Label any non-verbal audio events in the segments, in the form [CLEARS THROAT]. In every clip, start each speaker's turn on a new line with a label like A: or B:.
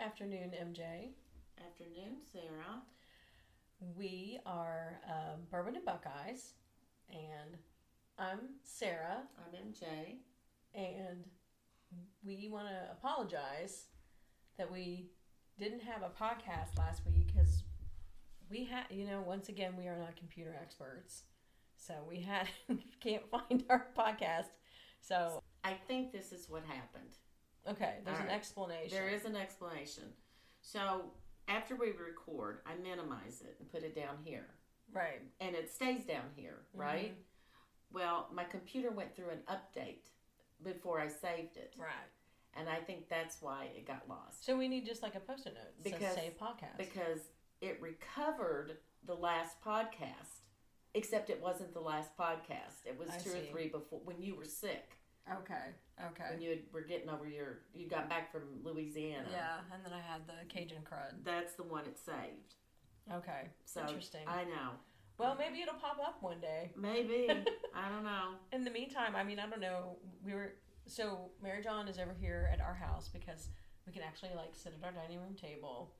A: Afternoon, MJ.
B: Afternoon, Sarah.
A: We are uh, Bourbon and Buckeyes, and I'm Sarah,
B: I'm MJ.
A: and we want to apologize that we didn't have a podcast last week because we had, you know, once again, we are not computer experts, so we had [LAUGHS] can't find our podcast. So
B: I think this is what happened.
A: okay, there's an
B: All right.
A: explanation.
B: There is an explanation. So after we record, I minimize it and put it down here,
A: right.
B: and it stays down here,
A: Mm-hmm.
B: right? Well, my computer went through an update before I saved it,
A: Right.
B: and I think that's why it got lost
A: So we need just like a post-it note that says
B: Because-
A: save podcast.
B: because it recovered the last podcast, except it wasn't the last podcast. It was
A: I
B: two
A: see.
B: or three before when you were sick.
A: okay. Okay.
B: when you had- were getting over your you got back from Louisiana.
A: Yeah, and then I had the Cajun crud.
B: That's the one it saved.
A: Okay,
B: So
A: interesting.
B: I know.
A: well, maybe it'll pop up one day. [LAUGHS]
B: Maybe. I don't know.
A: In the meantime, I mean, I don't know. We were so Mary John is over here at our house because we can actually like sit at our dining room table,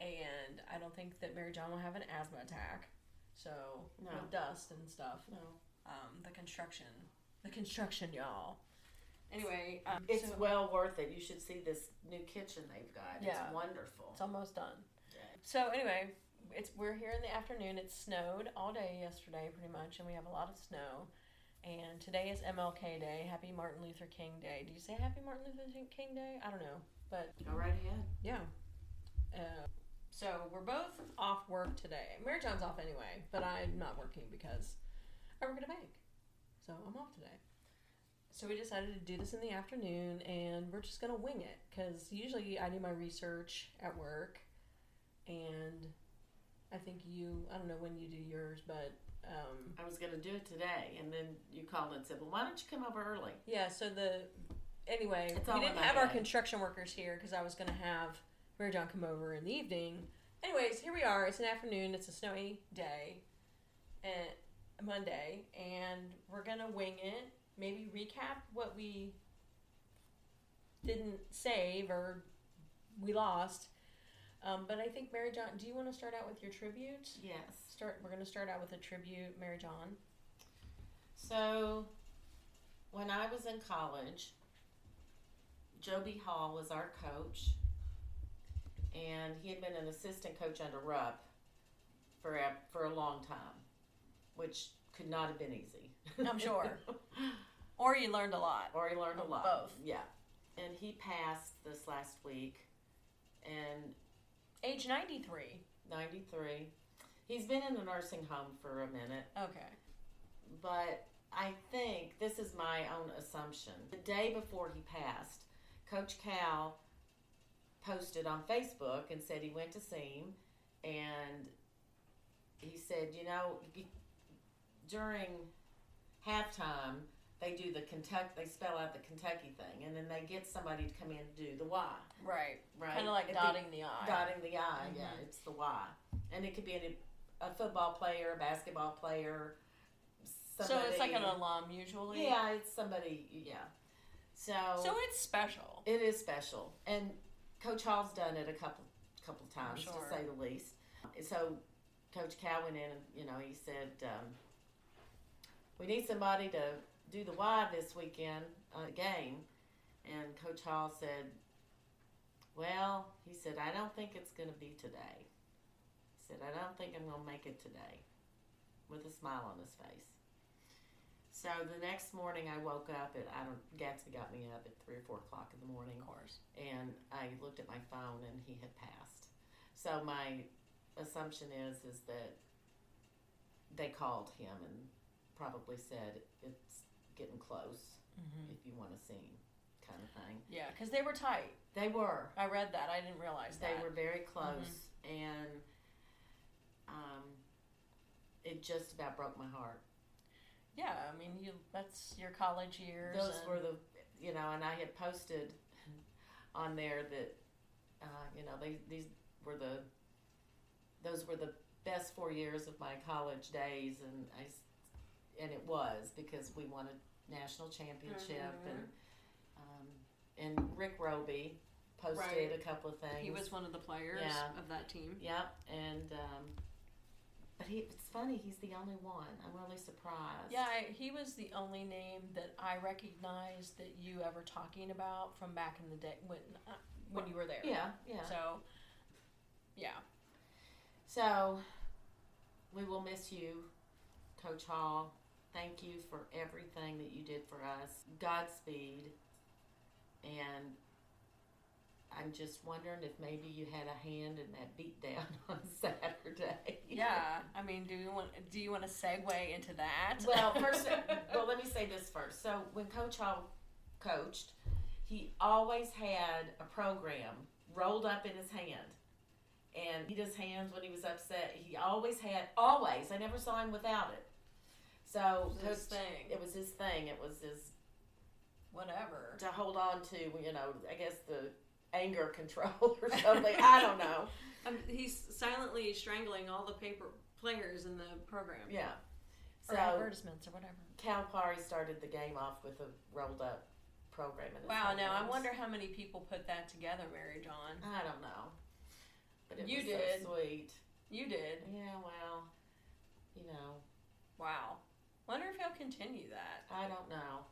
A: and I don't think that Mary John will have an asthma attack. So
B: No.
A: with dust and stuff,
B: No.
A: um, the construction, the construction, y'all. Anyway, um,
B: It's
A: so-
B: well worth it. You should see this new kitchen they've got.
A: Yeah.
B: It's wonderful.
A: It's almost done.
B: Yeah.
A: So anyway, it's we're here in the afternoon. It snowed all day yesterday, pretty much, and we have a lot of snow. And today is MLK Day. Happy Martin Luther King Day. Do you say Happy Martin Luther King Day? I don't know, but
B: Go right ahead.
A: yeah. Uh, so we're both off work today. Mary John's off anyway, but I'm not working because I work at a bank, so I'm off today. So we decided to do this in the afternoon, and we're just gonna wing it because usually I do my research at work, and I think you I don't know when you do yours, but um,
B: I was gonna do it today and then you called and said, Well, why don't you come over early?
A: Yeah, so the anyway,
B: It's all
A: we
B: in
A: didn't
B: my
A: have our
B: head.
A: construction workers here because I was gonna have Mary John come over in the evening. Anyways, here we are. It's an afternoon. It's a snowy day, and Monday, and we're gonna wing it. Maybe recap what we didn't save or we lost. Um, but I think Mary John, do you want to start out with your tribute?
B: Yes.
A: Start. We're gonna start out with a tribute, Mary John.
B: So, when I was in college, Joby Hall was our coach, and he had been an assistant coach under Rupp for a, for a long time, which could not have been easy.
A: I'm [LAUGHS] sure. Or you learned a lot.
B: [LAUGHS] or he learned a
A: Or
B: lot.
A: both.
B: Yeah. And he passed this last week, and
A: Age 93.
B: 93. He's been in a nursing home for a minute.
A: Okay.
B: but I think this is my own assumption. The day before he passed, Coach Cal posted on Facebook and said he went to see him, and he said, you know, he- during halftime they do the Kentucky, they spell out the Kentucky thing, and then they get somebody to come in and do the Y,
A: Right.
B: right?
A: Kind of like
B: At the-
A: dotting the, eye.
B: dotting the I. Yeah,
A: Mhm.
B: it's the Y, and it could be any, a football player, a basketball player.
A: So it's like an
B: somebody-
A: alum usually.
B: yeah, it's somebody. Yeah, so,
A: So it's special.
B: it is special, and Coach Hall's done it a couple couple times
A: Sure.
B: to say the least. So Coach Cal went in, and you know, he said, um, "We need somebody to do the Y this weekend uh, game," and Coach Hall said, "Well," he said, "I don't think it's going to be today." He said, "I don't think I'm going to make it today," with a smile on his face. So the next morning, I woke up at I don't Gatsby got me up at three or four o'clock in the morning
A: Of course.
B: and I looked at my phone and he had passed. So my assumption is is that they called him and probably said it's getting close
A: Mm-hmm.
B: if you want to see him kind of thing.
A: Yeah, because they were tight.
B: They were.
A: I read that. I didn't realize
B: They
A: that. Mm-hmm.
B: were very close and um it just about broke my heart.
A: Yeah, I mean, you. That's your college years.
B: Those
A: and-
B: were the, you know, and I had posted
A: Mm-hmm.
B: on there that, uh, you know, they these were the, those were the best four years of my college days, and I, s- and it was because we
A: Mm-hmm.
B: won a national championship, and, um, and Rick Roby posted
A: Right.
B: a couple of things.
A: He was one of the players
B: Yeah.
A: of that team.
B: Yep, and um, but he, it's funny. He's the only one. I'm really surprised.
A: Yeah, I, he was the only name that I recognized that you ever talking about from back in the day when uh, when you were there.
B: yeah, yeah.
A: So, yeah,
B: So we will miss you, Coach Hall. Thank you for everything that you did for us. Godspeed. And I'm just wondering if maybe you had a hand in that beatdown [LAUGHS] on Saturday.
A: yeah. I mean, do you want do you want to segue into that?
B: [LAUGHS] Well,
A: [LAUGHS]
B: first, well, let me say this first. So when Coach Hall coached, he always had a program rolled up in his hand, and he does hands when he was upset. He always had, always. I never saw him without it. So
A: It was his
B: Coach,
A: thing.
B: it was his thing. It was his
A: whatever.
B: to hold on to. You know, I guess the anger [LAUGHS] control or something. I don't know.
A: Um, he's silently strangling all the paper players in the program.
B: Yeah. So
A: Or advertisements or whatever.
B: Cal Pari started the game off with a rolled up program. In his
A: Wow, now I
B: hands.
A: wonder how many people put that together, Mary John.
B: I don't know. But it
A: You
B: was
A: did.
B: so sweet.
A: You did.
B: Yeah, well, you know,
A: Wow. Wonder if he'll continue that.
B: I don't know.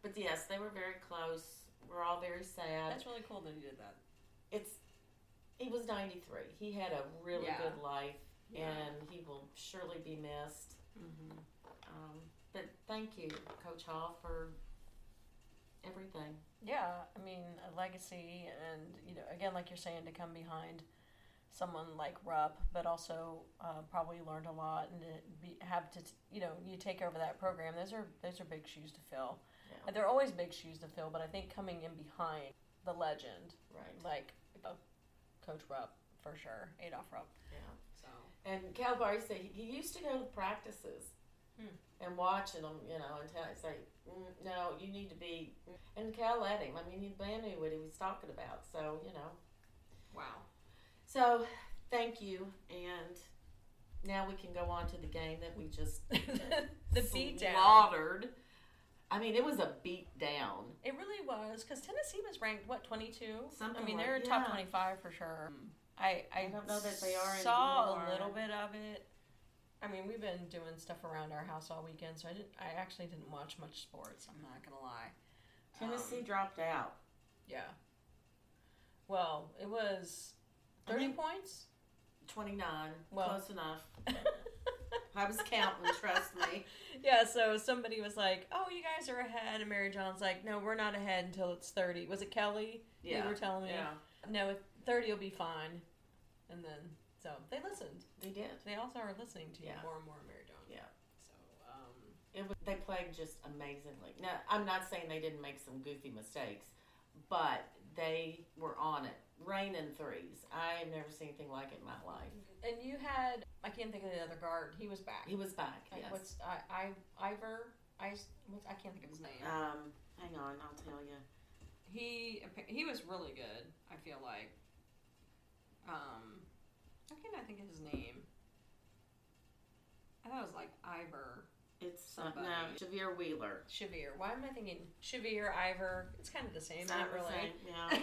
B: But yes, they were very close. We're all very sad.
A: That's really cool that he did that.
B: it's he was 93. He had a really
A: Yeah.
B: good life
A: Yeah.
B: and he will surely be missed.
A: Mm-hmm.
B: Um, but thank you, Coach Hall, for everything.
A: Yeah, I mean, a legacy, and you know, again, like you're saying, to come behind someone like Rupp, but also uh, probably learned a lot and to be, have to, t- you know, you take over that program. Those are those are big shoes to fill.
B: Yeah.
A: And They're always big shoes to fill, but I think coming in behind the legend,
B: Right.
A: like you know, Coach Rupp for sure, Adolph Rupp.
B: Yeah.
A: So
B: And Calipari said he he used to go to practices
A: Hmm.
B: and watching them, you know, and tell, say, mm, no, you need to be. And Cal let him. I mean, he man knew what he was talking about. So you know.
A: [LAUGHS] wow,
B: So thank you, and now we can go on to the game that we just
A: the beat down.
B: slaughtered. I mean, it was a beat down.
A: It really was because Tennessee was ranked what twenty two.
B: Something
A: I mean,
B: like-
A: they're top
B: yeah. Hmm.
A: twenty five for sure. I, I
B: I don't know that they are
A: Saw
B: anymore.
A: a little bit of it. I mean, we've been doing stuff around our house all weekend, so I didn't. I actually didn't watch much sports. I'm not gonna lie.
B: Tennessee
A: Um,
B: dropped out.
A: yeah. Well, it was
B: I
A: thirty
B: mean-
A: points. [LAUGHS]
B: Twenty nine,
A: Well.
B: close enough. I was counting. trust
A: [LAUGHS]
B: me.
A: Yeah, so somebody was like, "Oh, you guys are ahead," and Mary John's like, "No, we're not ahead until it's 30." Was it Kelly?
B: Yeah.
A: you were telling me.
B: Yeah,
A: No, 30 will be fine. And then, so they listened.
B: they did.
A: They also are listening to you
B: Yeah.
A: more and more, Mary Dawn.
B: Yeah.
A: So, um,
B: It was, they played just amazingly. Now, I'm not saying they didn't make some goofy mistakes, but they were on it. Rain and threes. I've never seen anything like it in my life.
A: and you had, I can't think of the other guard. He was back.
B: He was back.
A: Like,
B: yes.
A: What's I, I Ivor? I what's, I can't think of his name.
B: Um, hang on, I'll tell you.
A: He appa- he was really good. I feel like. Um, I can't I think of his name. I thought it was like Ivor
B: It's uh,
A: Somebody.
B: no Javier Wheeler.
A: Shavir. Why am I thinking Shavir Ivor? It's kind of the same.
B: It's
A: Not
B: the
A: really.
B: same, Yeah.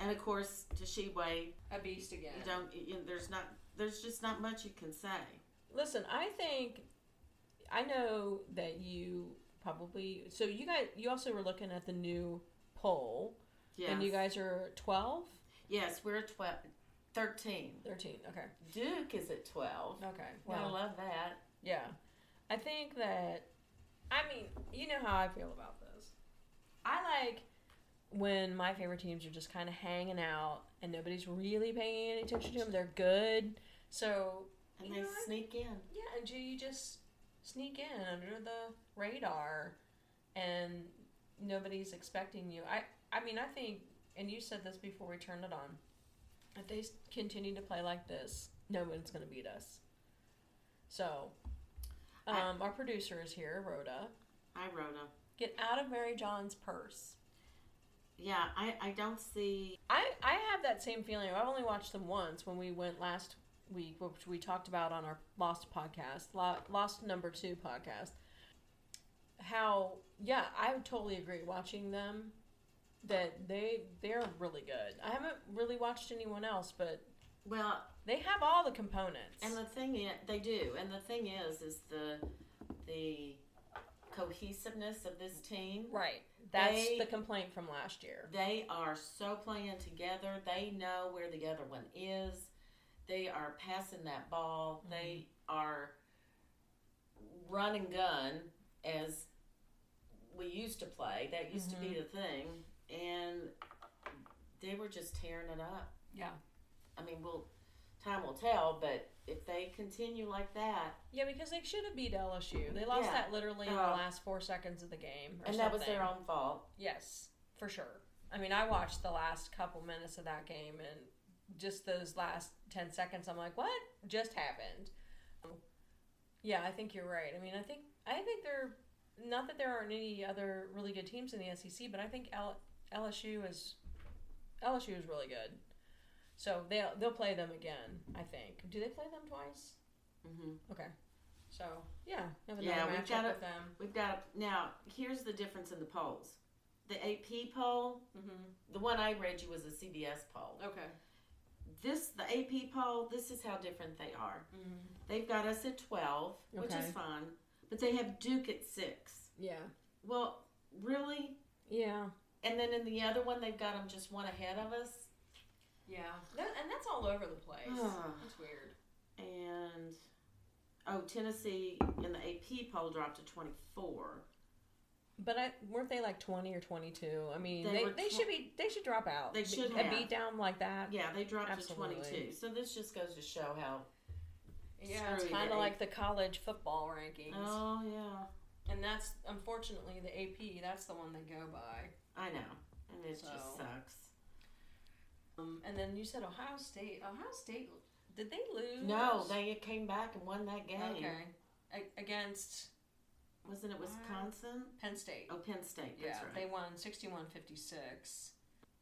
B: and of course, Toshiwe.
A: [LAUGHS] A beast again.
B: You don't. You, you- there's not. There's just not much you can say.
A: Listen, I think I know that you probably so you guys you also were looking at the new poll
B: Yes.
A: and you guys are 12
B: Yes, we're at twelve. Thirteen.
A: 13 okay
B: Duke is at twelve.
A: okay
B: Gotta
A: well
B: love that.
A: yeah i think that i mean you know how i feel about this i like when my favorite teams are just kind of hanging out and nobody's really paying any attention to them they're good so
B: And
A: You
B: they
A: know what?
B: sneak in.
A: Yeah, and do you just sneak in under the radar and nobody's expecting you? I I mean, I think and you said this before we turned it on. If they s- continue to play like this, no one's going to beat us. So,
B: I-
A: um, our producer is here, Rhoda.
B: Hi, Rhoda.
A: Get out of Mary John's purse.
B: Yeah, I, I don't see.
A: I, I have that same feeling. I've only watched them once when we went last week, which we talked about on our Lost podcast, Lo- Lost number two podcast. How, yeah, I would totally agree. Watching them, that they they're really good. I haven't really watched anyone else, but
B: Well,
A: they have all the components.
B: and the thing is, they do. And the thing is, is the the cohesiveness of this team.
A: right. That's
B: They-
A: the complaint from last year.
B: They are so playing together. They know where the other one is. They are passing that ball.
A: Mm-hmm.
B: They are run and gun as we used to play. That used to be
A: Mm-hmm.
B: the thing. And they were just tearing it up.
A: Yeah.
B: I mean, we'll time will tell, but if they continue like that,
A: Yeah, because they should have beat LSU. They lost
B: Yeah.
A: that literally in the
B: Oh.
A: last four seconds of the game. Or
B: and that was
A: something.
B: their own fault.
A: Yes, for sure. I mean, I watched the last couple minutes of that game, and just those last 10 seconds, I'm like, what just happened? Yeah, I think you're right. I mean, I think I think there, not that there aren't any other really good teams in the SEC, but I think L, LSU is LSU is really good. So they'll they'll play them again. I think. Do they play them twice?
B: Mm-hmm.
A: Okay. So yeah, have another
B: Yeah, we've
A: matchup
B: gotta-
A: with them.
B: We've got now. Here's the difference in the polls. The AP poll,
A: Mm-hmm.
B: the one I read you was a CBS poll.
A: Okay.
B: This, the AP poll, this is how different they are.
A: Mm-hmm.
B: They've got us at twelve, which
A: Okay.
B: is fine, but they have Duke at six.
A: Yeah.
B: Well, really.
A: Yeah.
B: And then in the other one, they've got them just one ahead of us.
A: Yeah, that, and that's all over the
B: [SIGHS]
A: place.
B: Ugh.
A: That's weird.
B: and oh, Tennessee in the AP poll dropped to 24.
A: But I, weren't they like twenty or twenty-two? I mean,
B: They
A: they,
B: were
A: they
B: tw-
A: should be they should drop out.
B: They should
A: a
B: have.
A: beat down like that.
B: Yeah, they dropped
A: Absolutely.
B: to 22. So this just goes to show how. Yeah,
A: it's
B: screwy
A: kind of
B: day.
A: like the college football rankings,
B: Oh yeah,
A: and that's unfortunately the AP. That's the one they go by.
B: I know, and it
A: So.
B: just sucks.
A: Um, and then you said Ohio State. Ohio State did they lose?
B: No, they came back and won that game.
A: okay A- against
B: Wasn't it Wisconsin?
A: Penn State.
B: Oh, Penn State.
A: yeah,
B: That's
A: they
B: right.
A: won 61-56.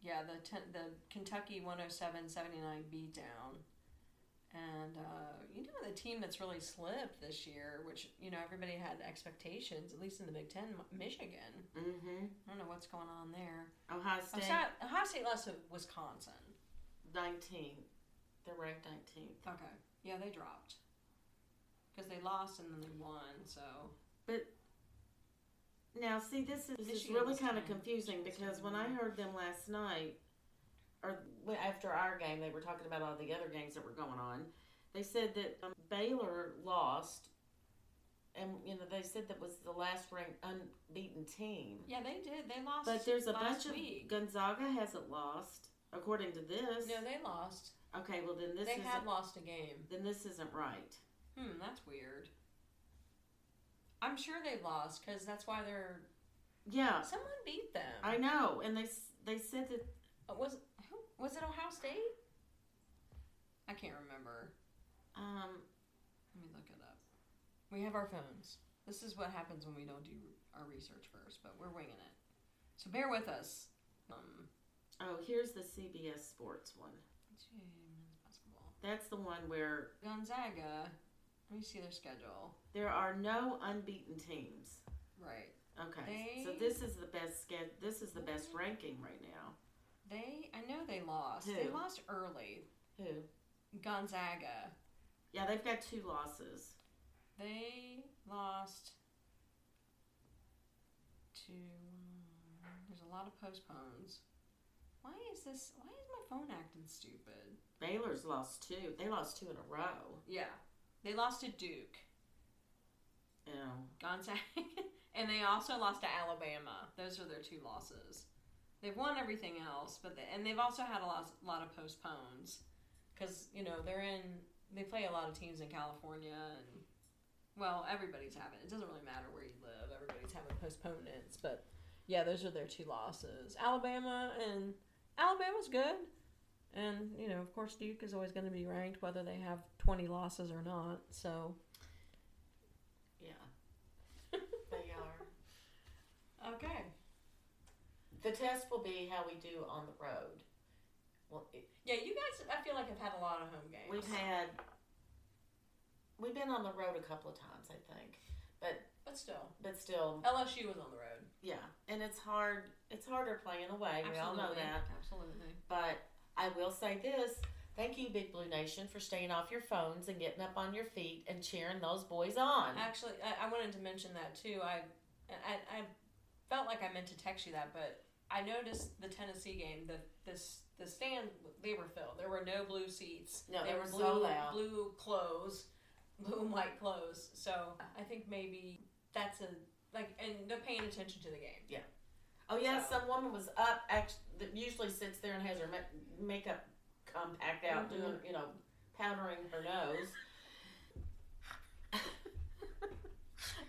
A: Yeah, the ten, the Kentucky 107-79 beatdown. And uh, you know the team that's really slipped this year, which you know everybody had expectations, at least in the Big Ten, Mi- Michigan.
B: Mm-hmm.
A: I don't know what's going on there.
B: Ohio State,
A: Ohio, Ohio State lost to Wisconsin.
B: 19. They're ranked 19th.
A: Okay, yeah, they dropped because they lost and then they won. So
B: Now, see, this is, this is
A: Michigan
B: really
A: was
B: kind of
A: fine.
B: confusing
A: Michigan was fine.
B: because when I heard them last night, or w- after our game, they were talking about all the other games that were going on. They said that um, Baylor lost, and you know they said that was the last ranked unbeaten team.
A: yeah, they did. They lost.
B: But there's a
A: last
B: bunch of
A: week.
B: Gonzaga hasn't lost, according to this.
A: No, they lost.
B: okay, well then this
A: they
B: isn't,
A: had lost a game.
B: then this isn't right.
A: Hmm, that's weird. I'm sure they lost because that's why they're.
B: Yeah,
A: Someone beat them.
B: I know, and they s- they said that
A: Uh, was who, was it Ohio State? I can't remember.
B: um,
A: Let me look it up. We have our phones. This is what happens when we don't do our research first, but we're winging it. So bear with us. Um,
B: oh here's the CBS Sports one. That's the one where
A: Gonzaga. Let me see their schedule.
B: There are no unbeaten teams.
A: Right.
B: Okay, so
A: They-
B: this is the best sched This is the best ranking right now.
A: They. I know they lost. They
B: Who?
A: lost early.
B: Who?
A: Gonzaga.
B: Yeah, they've got two losses.
A: They lost to. There's a lot of postpones. Why is this? Why is my phone acting stupid?
B: Baylor's lost two. They lost two in a row.
A: Yeah, they lost to Duke,
B: Yeah.
A: Gonzaga, [LAUGHS] and they also lost to Alabama. Those are their two losses. They've won everything else, but they, and they've also had a lot, lot of postpones because you know they're in. They play a lot of teams in California, and well, everybody's having. It doesn't really matter where you live. Everybody's having postponements, but yeah, those are their two losses. Alabama and Alabama's good, and you know, of course, Duke is always going to be ranked whether they have twenty losses or not. So.
B: Yeah. [LAUGHS] they are.
A: Okay.
B: The test will be how we do on the road. Well, it,
A: Yeah, you guys, I feel like have had a lot of home games.
B: we've had. We've been on the road a couple of times, I think, but
A: But still,
B: But still,
A: LSU was on the road.
B: yeah. And it's hard. It's harder playing away. We all know that.
A: Absolutely.
B: But I will say this. Thank you, Big Blue Nation, for staying off your phones and getting up on your feet and cheering those boys on.
A: Actually, I, I wanted to mention that too. I, I, I felt like I meant to text you that, but I noticed the Tennessee game that this the stand they were filled. There were no blue seats.
B: No,
A: they
B: they
A: were
B: were
A: blue
B: sold out.
A: blue clothes, blue and white clothes. So I think maybe that's a like, and they're paying attention to the game.
B: Oh yeah,
A: So-
B: some woman was up. Actually, that usually sits there and has her ma- makeup compact out,
A: Mhm.
B: doing you know, powdering her nose.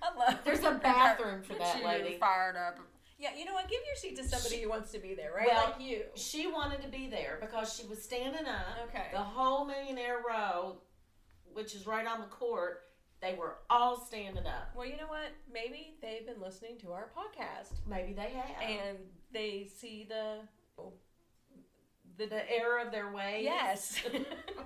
A: I love.
B: There's a bathroom for that
C: She
B: lady.
C: fired up.
A: Yeah, you know what? Give your seat to somebody who wants to be there, right?
B: Well,
A: like you.
B: She wanted to be there because she was standing up.
A: Okay.
B: The whole millionaire row, which is right on the court, they were all standing up.
A: Well, you know what? Maybe they've been listening to our podcast
B: Maybe they had
A: and they see the the,
B: the error of their ways.
A: yes,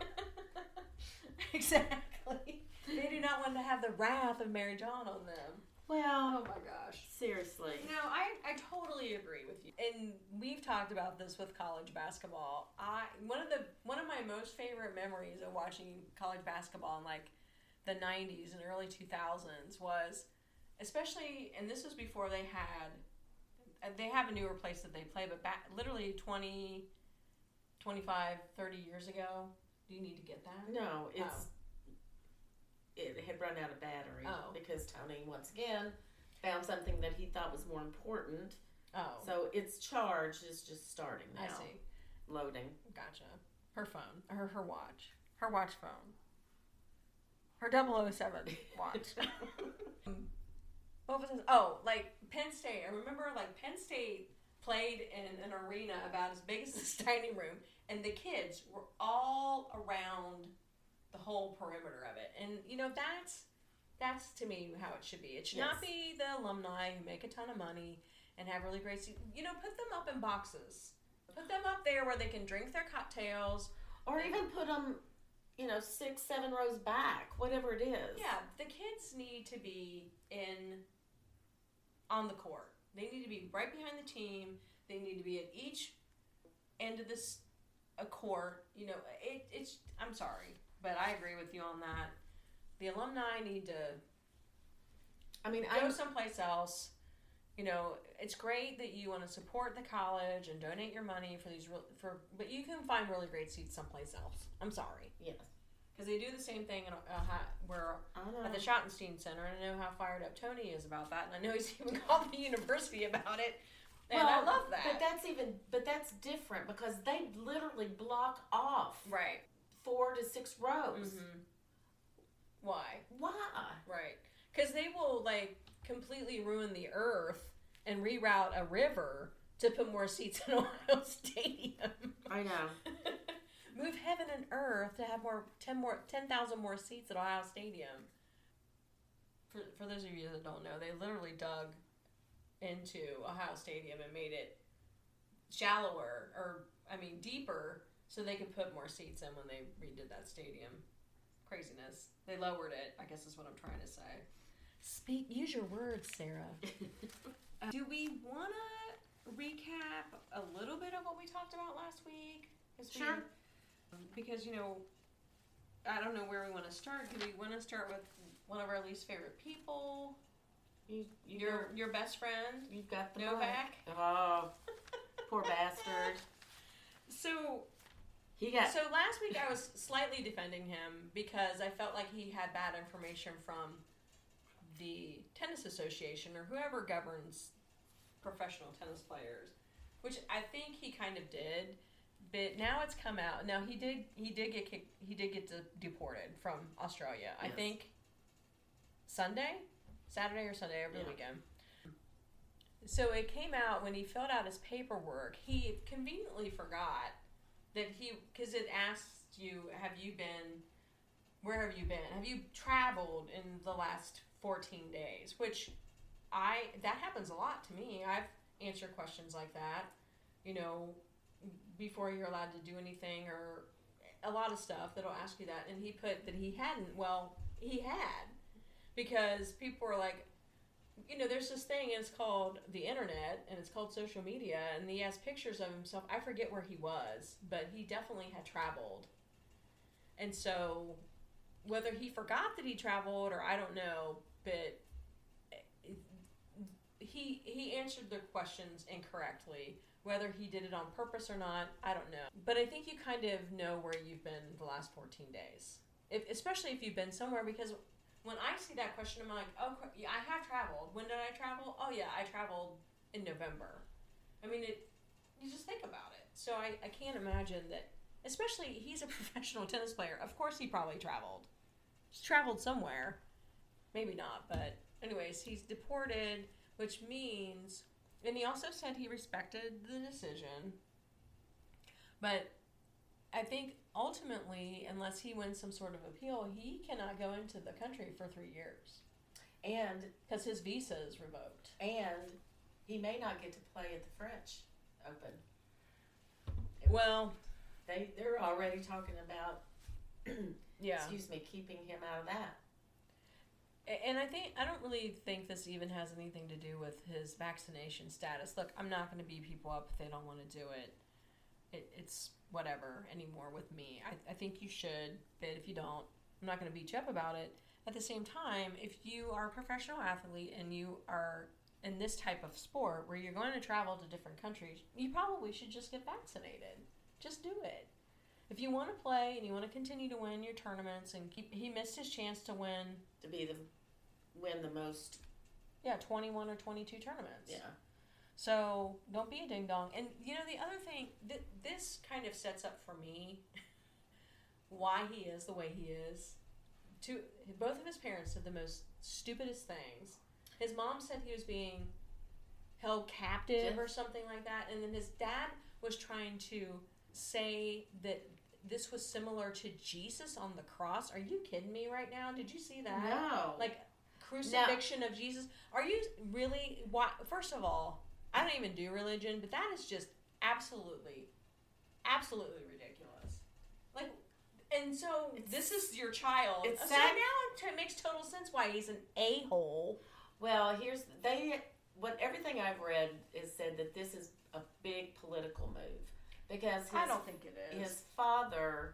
B: [LAUGHS]
A: [LAUGHS] exactly. They do not want to have the wrath of Mary John on them.
B: well,
A: my gosh.
B: seriously.
A: No, I, I totally agree with you. And we've talked about this with college basketball. I one of the one of my most favorite memories of watching college basketball in like the 90s and early 2000s was especially and this was before they had uh, they have a newer place that they play but back literally 20 25 30 years ago. Do you need to get that?
B: No, it's it had run out of battery
A: Oh.
B: because Tony once again found something that he thought was more important.
A: Oh.
B: So its charge is just starting now,
A: I see. [LAUGHS]
B: loading.
A: Gotcha. Her phone. Her her watch. Her watch phone. Her 007 watch. what was this? Oh, like Penn State. I remember like Penn State played in an arena about as big as this [LAUGHS] dining room, and the kids were all around the whole perimeter of it. And you know that's that's to me how it should be. It should not
B: Yes.
A: be the alumni who make a ton of money and have really great seats. You know, put them up in boxes. Put them up there where they can drink their cocktails.
B: Or even put them, you know, six, seven rows back, whatever it is.
A: Yeah, the kids need to be in on the court. They need to be right behind the team. They need to be at each end of this a court. You know, it, it's. I'm sorry, but I agree with you on that. The alumni need to
B: I mean,
A: go
B: I
A: someplace else. You know, it's great that you want to support the college and donate your money for these real for, but you can find really great seats someplace else. I'm sorry,
B: yes,
A: because they do the same thing in Ohio, where
B: I know.
A: at the Schottenstein Center, and I know how fired up Tony is about that, and I know he's [LAUGHS] even called the university about it, and I
B: Well,
A: love that.
B: But that's even, but that's different because they literally block off
A: right.
B: four to six rows.
A: hmm Why?
B: Why?
A: Right. Because they will like completely ruin the earth and reroute a river to put more seats in [LAUGHS] Ohio Stadium.
B: I know.
A: Move heaven and earth to have more ten more ten thousand more seats at Ohio Stadium. For for those of you that don't know, they literally dug into Ohio Stadium and made it shallower or I mean deeper so they could put more seats in when they redid that stadium. Craziness. They lowered it, I guess is what I'm trying to say. Speak use your words, Sarah. Uh, Do we wanna recap a little bit of what we talked about last week? 'Cause we-
B: Sure.
A: because you know, I don't know where we want to start. Do we want to start with one of our least favorite people?
B: [LAUGHS] you, you
A: Your your best friend
B: you've got the mic.
A: Novak.
B: Oh,
A: [LAUGHS]
B: poor bastard.
A: So
B: He got
A: so last week I was slightly defending him because I felt like he had bad information from the tennis association or whoever governs professional tennis players, which I think he kind of did. But now it's come out. Now he did he did get kicked, he did get de- deported from Australia. I
B: Yes.
A: think Sunday, Saturday or Sunday over
B: Yeah.
A: the weekend. So it came out when he filled out his paperwork. He conveniently forgot that he because it asks you have you been where have you been have you traveled in the last 14 days which i that happens a lot to me i've answered questions like that you know before you're allowed to do anything or a lot of stuff that'll ask you that and he put that he hadn't well he had because people were like you know, there's this thing, and it's called the internet, and it's called social media, and he has pictures of himself. I forget where he was, but he definitely had traveled. And so, whether he forgot that he traveled or I don't know, but eh, he he answered the questions incorrectly. Whether he did it on purpose or not, I don't know. But I think you kind of know where you've been the last 14 days, if, especially if you've been somewhere. Because when I see that question, I'm like, oh, cr- yeah, I have traveled. When did I travel? Oh, yeah, I traveled in November. I mean, it. You just think about it. So I, I can't imagine that. Especially, he's a [LAUGHS] professional tennis player. Of course, he probably traveled. He's traveled somewhere. Maybe not, but anyways, he's deported, which means. And he also said he respected the decision. But I think ultimately, unless he wins some sort of appeal, he cannot go into the country for three years
B: And
A: because his visa is revoked.
B: and he may not get to play at the French Open.
A: Well,
B: They they're already talking about [CLEARS THROAT]
A: yeah.
B: excuse me, keeping him out of that.
A: A- And I think I don't really think this even has anything to do with his vaccination status. Look, I'm not going to beat people up if they don't want to do it. it. It's whatever anymore with me. I, I think you should, but if you don't, I'm not going to beat you up about it. At the same time, if you are a professional athlete and you are in this type of sport where you're going to travel to different countries, you probably should just get vaccinated. Just do it. If you want to play and you want to continue to win your tournaments and keep, he missed his chance to win
B: To be the win the most
A: yeah, 21 or 22 tournaments.
B: yeah.
A: So don't be a ding dong. And you know, the other thing, th- this kind of sets up for me [LAUGHS] why he is the way he is. To both of his parents did the most stupidest things. His mom said he was being held captive or something like that, and then his dad was trying to say that this was similar to Jesus on the cross. Are you kidding me right now? Did you see that?
B: No.
A: like crucifixion of Jesus. Are you really? Why? First of all, I don't even do religion, but that is just absolutely, absolutely ridiculous. Like, and so this is your child.
B: it's
A: so
B: sad-
A: now it t- makes total sense why he's an a hole.
B: Well, here's they what everything I've read is said that this is a big political move because his,
A: think it
B: his father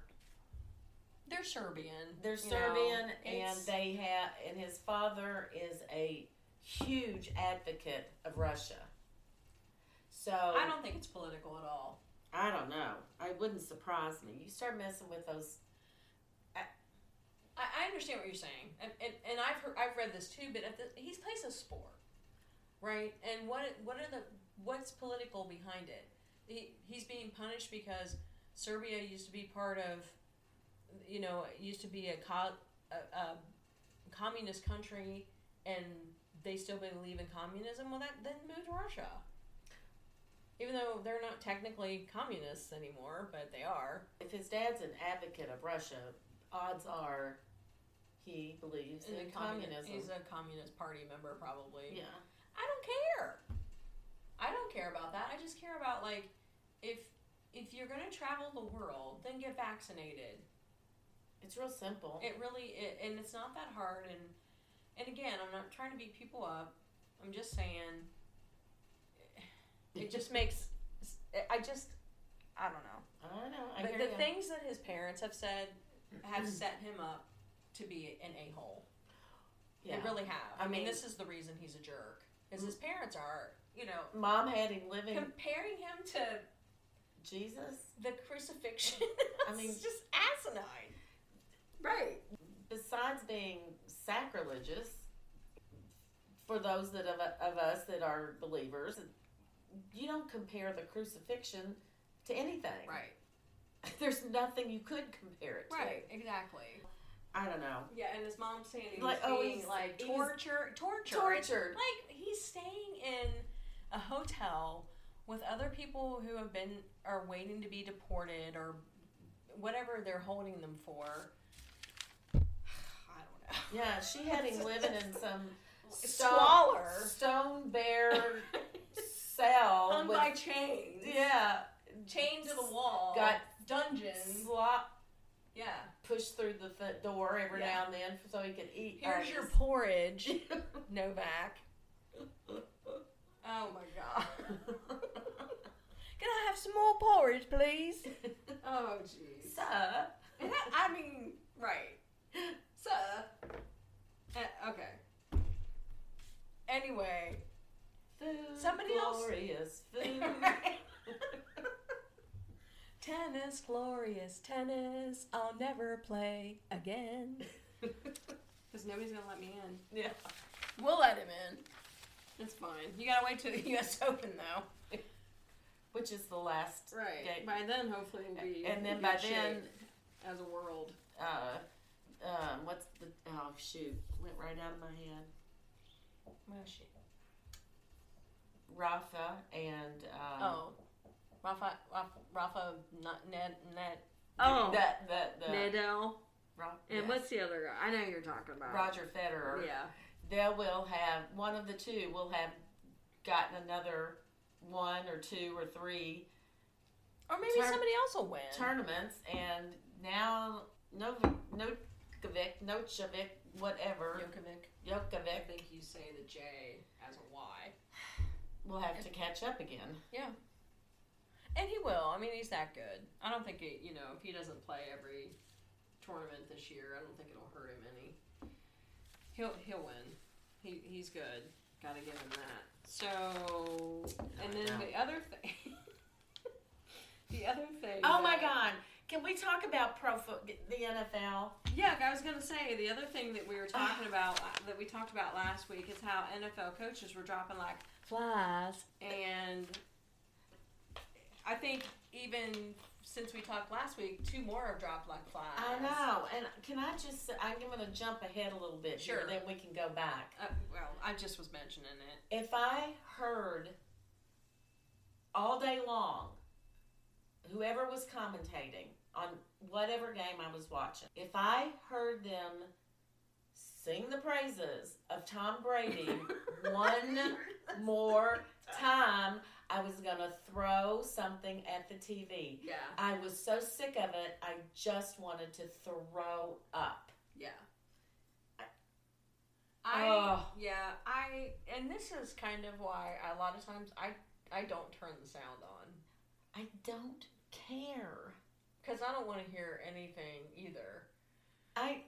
A: They're Serbian.
B: they're
A: you know,
B: Serbian and
A: it's-
B: they have and his father is a huge advocate of Russia. So
A: I don't think it's political at all.
B: I don't know. It wouldn't surprise me. You start messing with those.
A: I, I understand what you're saying, and, and, and I've heard, I've read this too. But at the, he plays a sport, right? And what what are the what's political behind it? He, he's being punished because Serbia used to be part of, you know, it used to be a, co- a, a communist country, and they still believe in communism. Well, that then moved to Russia, even though they're not technically communists anymore, but they are.
B: If his dad's an advocate of Russia, odds are he believes in,
A: And the communi-
B: communism.
A: Mm, He's a communist party member, probably.
B: yeah.
A: I don't care. I don't care about that. I just care about like if if you're gonna travel the world, then get vaccinated.
B: It's real simple.
A: It really it, and it's not that hard. And and again, I'm not trying to beat people up. I'm just saying it just makes I just I don't know.
B: I don't know. I
A: But
B: hear
A: the
B: you.
A: things that his parents have said
B: [CLEARS THROAT]
A: have set him up to be an a hole.
B: yeah.
A: They really have.
B: I
A: I, mean,
B: mean- Mm-hmm.
A: this is the reason he's a jerk. Is his parents are, you know,
B: Mom had him living
A: comparing him to
B: Jesus.
A: the
B: [LAUGHS]
A: crucifixion.
B: I mean-
A: it's just asinine. Right.
B: Besides being sacrilegious, for those that of, of us that are believers, you don't compare the crucifixion to anything.
A: Right.
B: [LAUGHS] There's nothing you could compare it to.
A: Right. Exactly.
B: I don't know.
A: Yeah, and his mom saying he
B: Like,
A: was
B: oh,
A: being
B: he's-
A: like
B: he's-
A: torture, torture, It's
B: Tortured.
A: Like he's staying in a hotel with other people who have been are waiting to be deported or whatever they're holding them for. [SIGHS] I don't know.
B: Yeah, she
A: [LAUGHS]
B: had him living in some stone,
A: Squalor.
B: stone [LAUGHS] bare cell
A: Hung
B: with
A: by chains.
B: [LAUGHS] yeah,
A: Chained to the wall.
B: Got-
A: dungeons.
B: slop
A: Yeah.
B: pushed through the th- door every
A: Yeah.
B: now and then so he could eat.
A: Here's
B: ice.
A: your porridge, Novak. Oh my god. [LAUGHS]
B: [LAUGHS]
C: Can I have some more porridge, please?
A: Oh jeez.
B: Sir,
A: I mean, right. So, uh, okay. Anyway, [LAUGHS]
B: food.
A: Somebody else-
B: glorious food.
C: Tennis, glorious tennis. I'll never play again.
A: because nobody's gonna let me in.
B: [LAUGHS] yeah.
A: We'll let him in. It's fine. You gotta wait till the U.S. [LAUGHS] Open though.
B: Which is the last game.
A: By then, hopefully, we'll be.
B: And then
A: in
B: by
A: good
B: then,
A: shape as a world.
B: uh, um, what's the oh shoot went right out of my head. Rafa and um,
A: Oh, Rafa, Rafa, Rafa, not Ned, Ned.
B: that that the
A: Nadal.
B: Ra-
A: Oh. And
B: yes,
A: what's the other guy? I know who you're talking about.
B: Roger Federer.
A: Yeah.
B: They will have one of the two will have gotten another one or two or three
A: Or maybe
B: Turn-
A: somebody else will win.
B: tournaments, and now Nov- Nokovic, Nochovic, whatever
A: Djokovic. I
B: Jokovic
A: think you say the J as a Y.
B: will have to catch up again.
A: And he will. I mean, he's that good. I don't think it, you know, if he doesn't play every tournament this year, I don't think it'll hurt him any. He'll he'll win. He he's good. Got to give him that. So, and
B: I
A: then
B: know.
A: the other thing. [LAUGHS] the other thing.
B: Oh my
A: that-
B: God! Can we talk about pro fo- the NFL?
A: Yeah, I was gonna say the other thing that we were
B: [SIGHS]
A: talking about uh, that we talked about last week is how NFL coaches were dropping like
C: Flies.
A: and I think even since we talked last week, two more have dropped like flies.
B: I know, and can I just? say- I'm going to jump ahead a little bit
A: Sure.
B: here, then we can go back.
A: Uh, well, I just was mentioning it.
B: If I heard all day long, whoever was commentating on whatever game I was watching, if I heard them sing the praises of Tom [LAUGHS]
A: [LAUGHS]
B: Brady one more time, I was going to throw something at the TV.
A: Yeah,
B: I was so sick of it, I just wanted to throw up.
A: yeah.
B: I-
A: I
B: Ugh.
A: yeah I and this is kind of why a lot of times I I don't turn the sound on
B: I don't care.
A: because I don't want to hear anything either.
B: I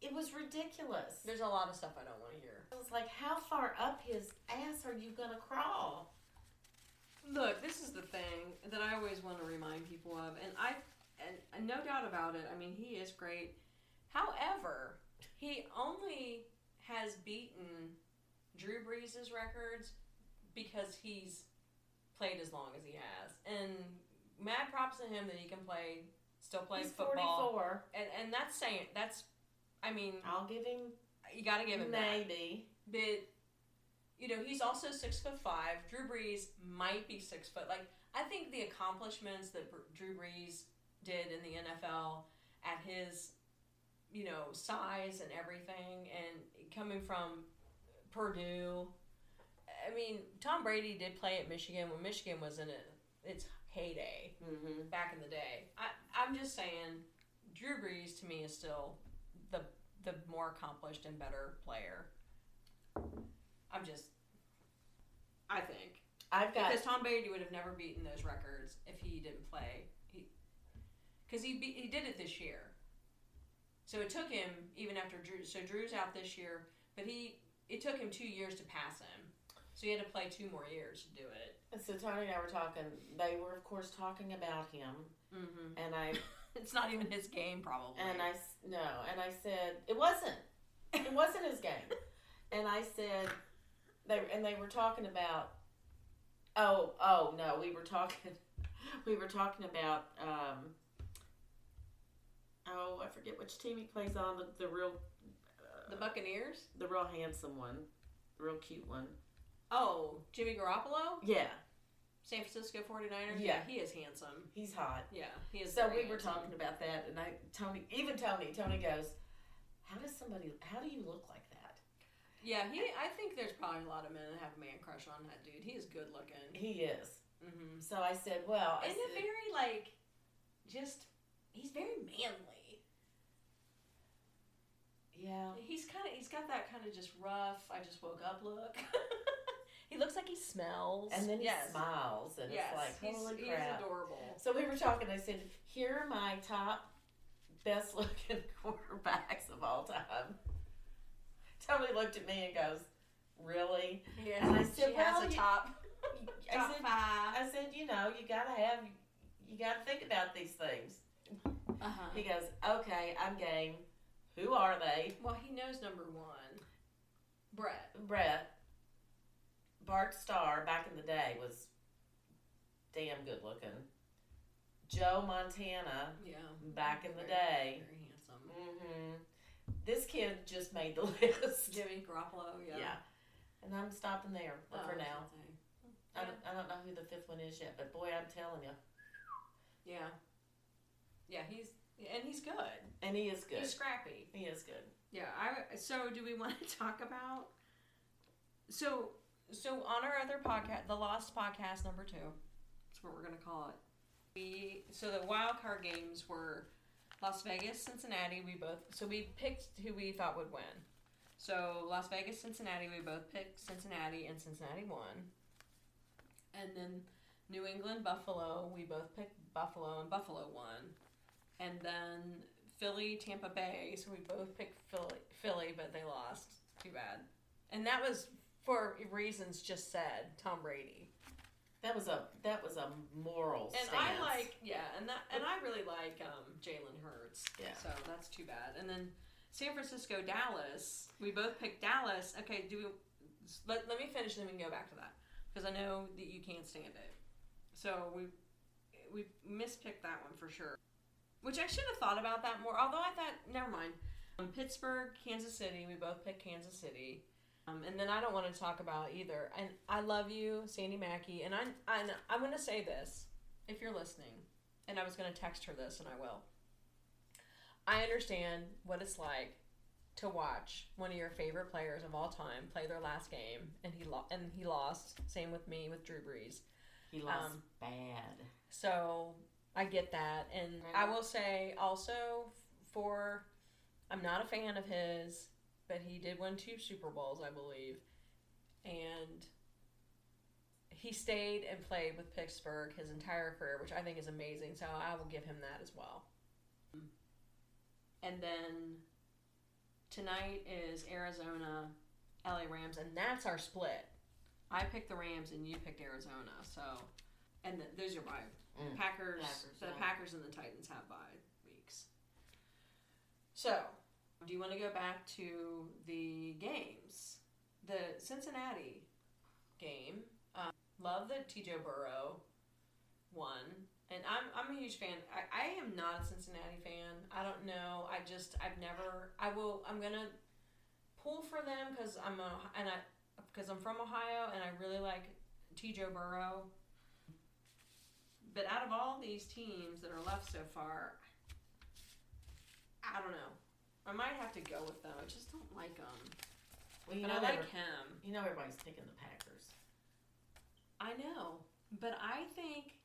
B: it was ridiculous. It
A: There's a lot of stuff I don't want to hear.
B: was like how far up his ass are you gonna crawl?
A: Look, this is the thing that I always want to remind people of, and I, and, and no doubt about it. I mean, he is great. However, he only has beaten Drew Brees' records because he's played as long as he has, and mad props to him that he can play, still play
B: He's
A: football,
B: 44.
A: and and that's saying that's. I mean,
B: I'll give him
A: you got to give him that.
B: maybe.
A: But you know, he's also six foot five. Drew Brees might be six foot. Like I think the accomplishments that Br- Drew Brees did in the NFL at his, you know, size and everything, and coming from Purdue. I mean, Tom Brady did play at Michigan when Michigan was in it, its heyday
B: Mm-hmm.
A: back in the day. I, I'm just saying, Drew Brees to me is still the the more accomplished and better player. I'm just, I think
B: I've got
A: because Tom Brady would have never beaten those records if he didn't play. He because he be, he did it this year, so it took him even after Drew. So Drew's out this year, but he it took him two years to pass him, so he had to play two more years to do it.
B: so Tony and I were talking. They were of course talking about him,
A: Mm-hmm.
B: and I
A: It's not even his game, probably.
B: and I s- no, and I said it wasn't. It wasn't his game, and I said they and they were talking about. Oh, oh no, we were talking. [LAUGHS] We were talking about. Um, oh, I forget which team he plays on. The, the real, uh,
A: the Buccaneers.
B: the real handsome one, the real cute one.
A: Oh, Jimmy Garoppolo?
B: Yeah,
A: San Francisco 49ers?
B: Yeah.
A: he is handsome.
B: he's hot.
A: Yeah, he is.
B: So
A: very
B: we were
A: handsome.
B: talking about that, and I Tony, even Tony, Tony goes, "How does somebody? How do you look like that?"
A: Yeah, he. I think there's probably a lot of men that have a man crush on that dude. He is good looking.
B: He is.
A: Mm-hmm.
B: So I said, "Well, I
A: And a
B: said-
A: very like, just he's very manly.
B: yeah."
A: He's kind of he's got that kind of just rough. I just woke up look. [LAUGHS] He looks like he smells.
B: And then he
A: yes.
B: smiles, and
A: yes.
B: it's like,
A: he's,
B: holy
A: he's
B: crap.
A: adorable.
B: So we were talking. I said, "Here are my top best looking [LAUGHS] quarterbacks of all time." Tony looked at me and goes, "Really?"
A: Yeah.
B: And I
C: She
B: said,
C: has
B: "Well,
C: a
B: you-
C: top.
B: [LAUGHS] I
C: top
B: said, [LAUGHS]
C: five.
B: I said, you know, you gotta have, you gotta think about these things."
C: Uh-huh.
B: He goes, "Okay, I'm game. Who are they?"
A: Well, he knows number one. Brett.
B: Brett, Bart Starr back in the day was damn good looking. Joe Montana
A: Yeah.
B: back in the day.
A: Very handsome.
B: hmm This kid just made the [LAUGHS] list.
A: Jimmy Garoppolo. Yeah.
B: And I'm stopping there for
A: Oh,
B: for
A: that's
B: now.
A: insane.
B: I don't, I don't know who the fifth one is yet, but boy, I'm telling you.
A: Yeah. Yeah, he's and he's good.
B: And he is good.
A: He's scrappy.
B: He is good.
A: Yeah, I so do we [LAUGHS] want to talk about so so on our other podcast, the Lost podcast number 2. That's what we're going to call it. We so the wild card games were Las Vegas, Cincinnati, we both so we picked who we thought would win. So Las Vegas, Cincinnati, we both picked Cincinnati and Cincinnati won. And then New England, Buffalo, we both picked Buffalo and Buffalo won. And then Philly, Tampa Bay, so we both picked Philly, Philly but they lost. Too bad. And that was for reasons just said, Tom Brady.
B: That was a that was a moral
A: And
B: stance.
A: I like, yeah, and that, and I really like um, Jalen Hurts.
B: Yeah.
A: So that's too bad. And then San Francisco, Dallas. We both picked Dallas. Okay, do we? Let, let me finish, and then we can go back to that because I know that you can't stand it. So we we mispicked that one for sure. Which I should have thought about that more. Although I thought, never mind. Um, Pittsburgh, Kansas City. We both picked Kansas City. Um, and then I don't want to talk about either. And I love you, Sandy Mackey. And I, I I'm going to say this if you're listening, and I was going to text her this, and I will. I understand what it's like to watch one of your favorite players of all time play their last game, and he lo- and he lost. Same with me with Drew Brees.
B: he lost
A: um,
B: bad.
A: So I get that, and
B: I
A: I
B: know.
A: will say also for I'm not a fan of his, but he did win two Super Bowls, I believe, and he stayed and played with Pittsburgh his entire career, which I think is amazing. So I will give him that as well. And then tonight is Arizona, LA Rams, and that's our split. I picked the Rams and you picked Arizona. So, and th those are my
B: Mm.
A: Packers.
B: Packers,
A: the
B: yeah.
A: Packers and the Titans have bye weeks. So, do you want to go back to the games? The Cincinnati game. Um, love that T.J. Burrow won, and I'm I'm a huge fan. I, I am not a Cincinnati fan. I don't know. I just I've never. I will. I'm gonna pull for them because I'm a and I because I'm from Ohio and I really like T.J. Burrow. But out of all these teams that are left so far, I don't know. I might have to go with them. I just don't like them.
B: Well, you
A: But
B: know,
A: I like
B: every-
A: him.
B: you know everybody's picking the Packers.
A: I know. But I think,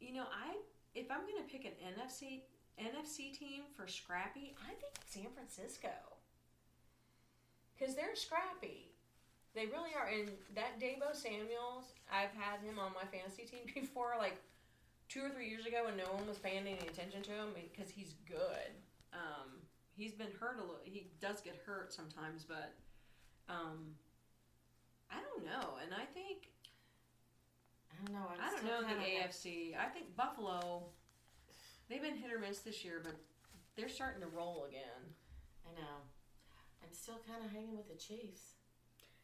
A: you know, I if I'm going to pick an NFC NFC team for scrappy, I think San Francisco. Cuz they're scrappy. They really are and that Debo Samuels, I've had him on my fantasy team [LAUGHS] before like 2 or 3 years ago and no one was paying any attention to him because he's good. Um he's been hurt a little. He does get hurt sometimes, but um I don't know. And I think
B: I don't know. I'm
A: I don't
B: still
A: know the
B: kinda-
A: AFC. I think Buffalo. They've been hit or miss this year, but they're starting to roll again.
B: I know. I'm still kind of hanging with the Chiefs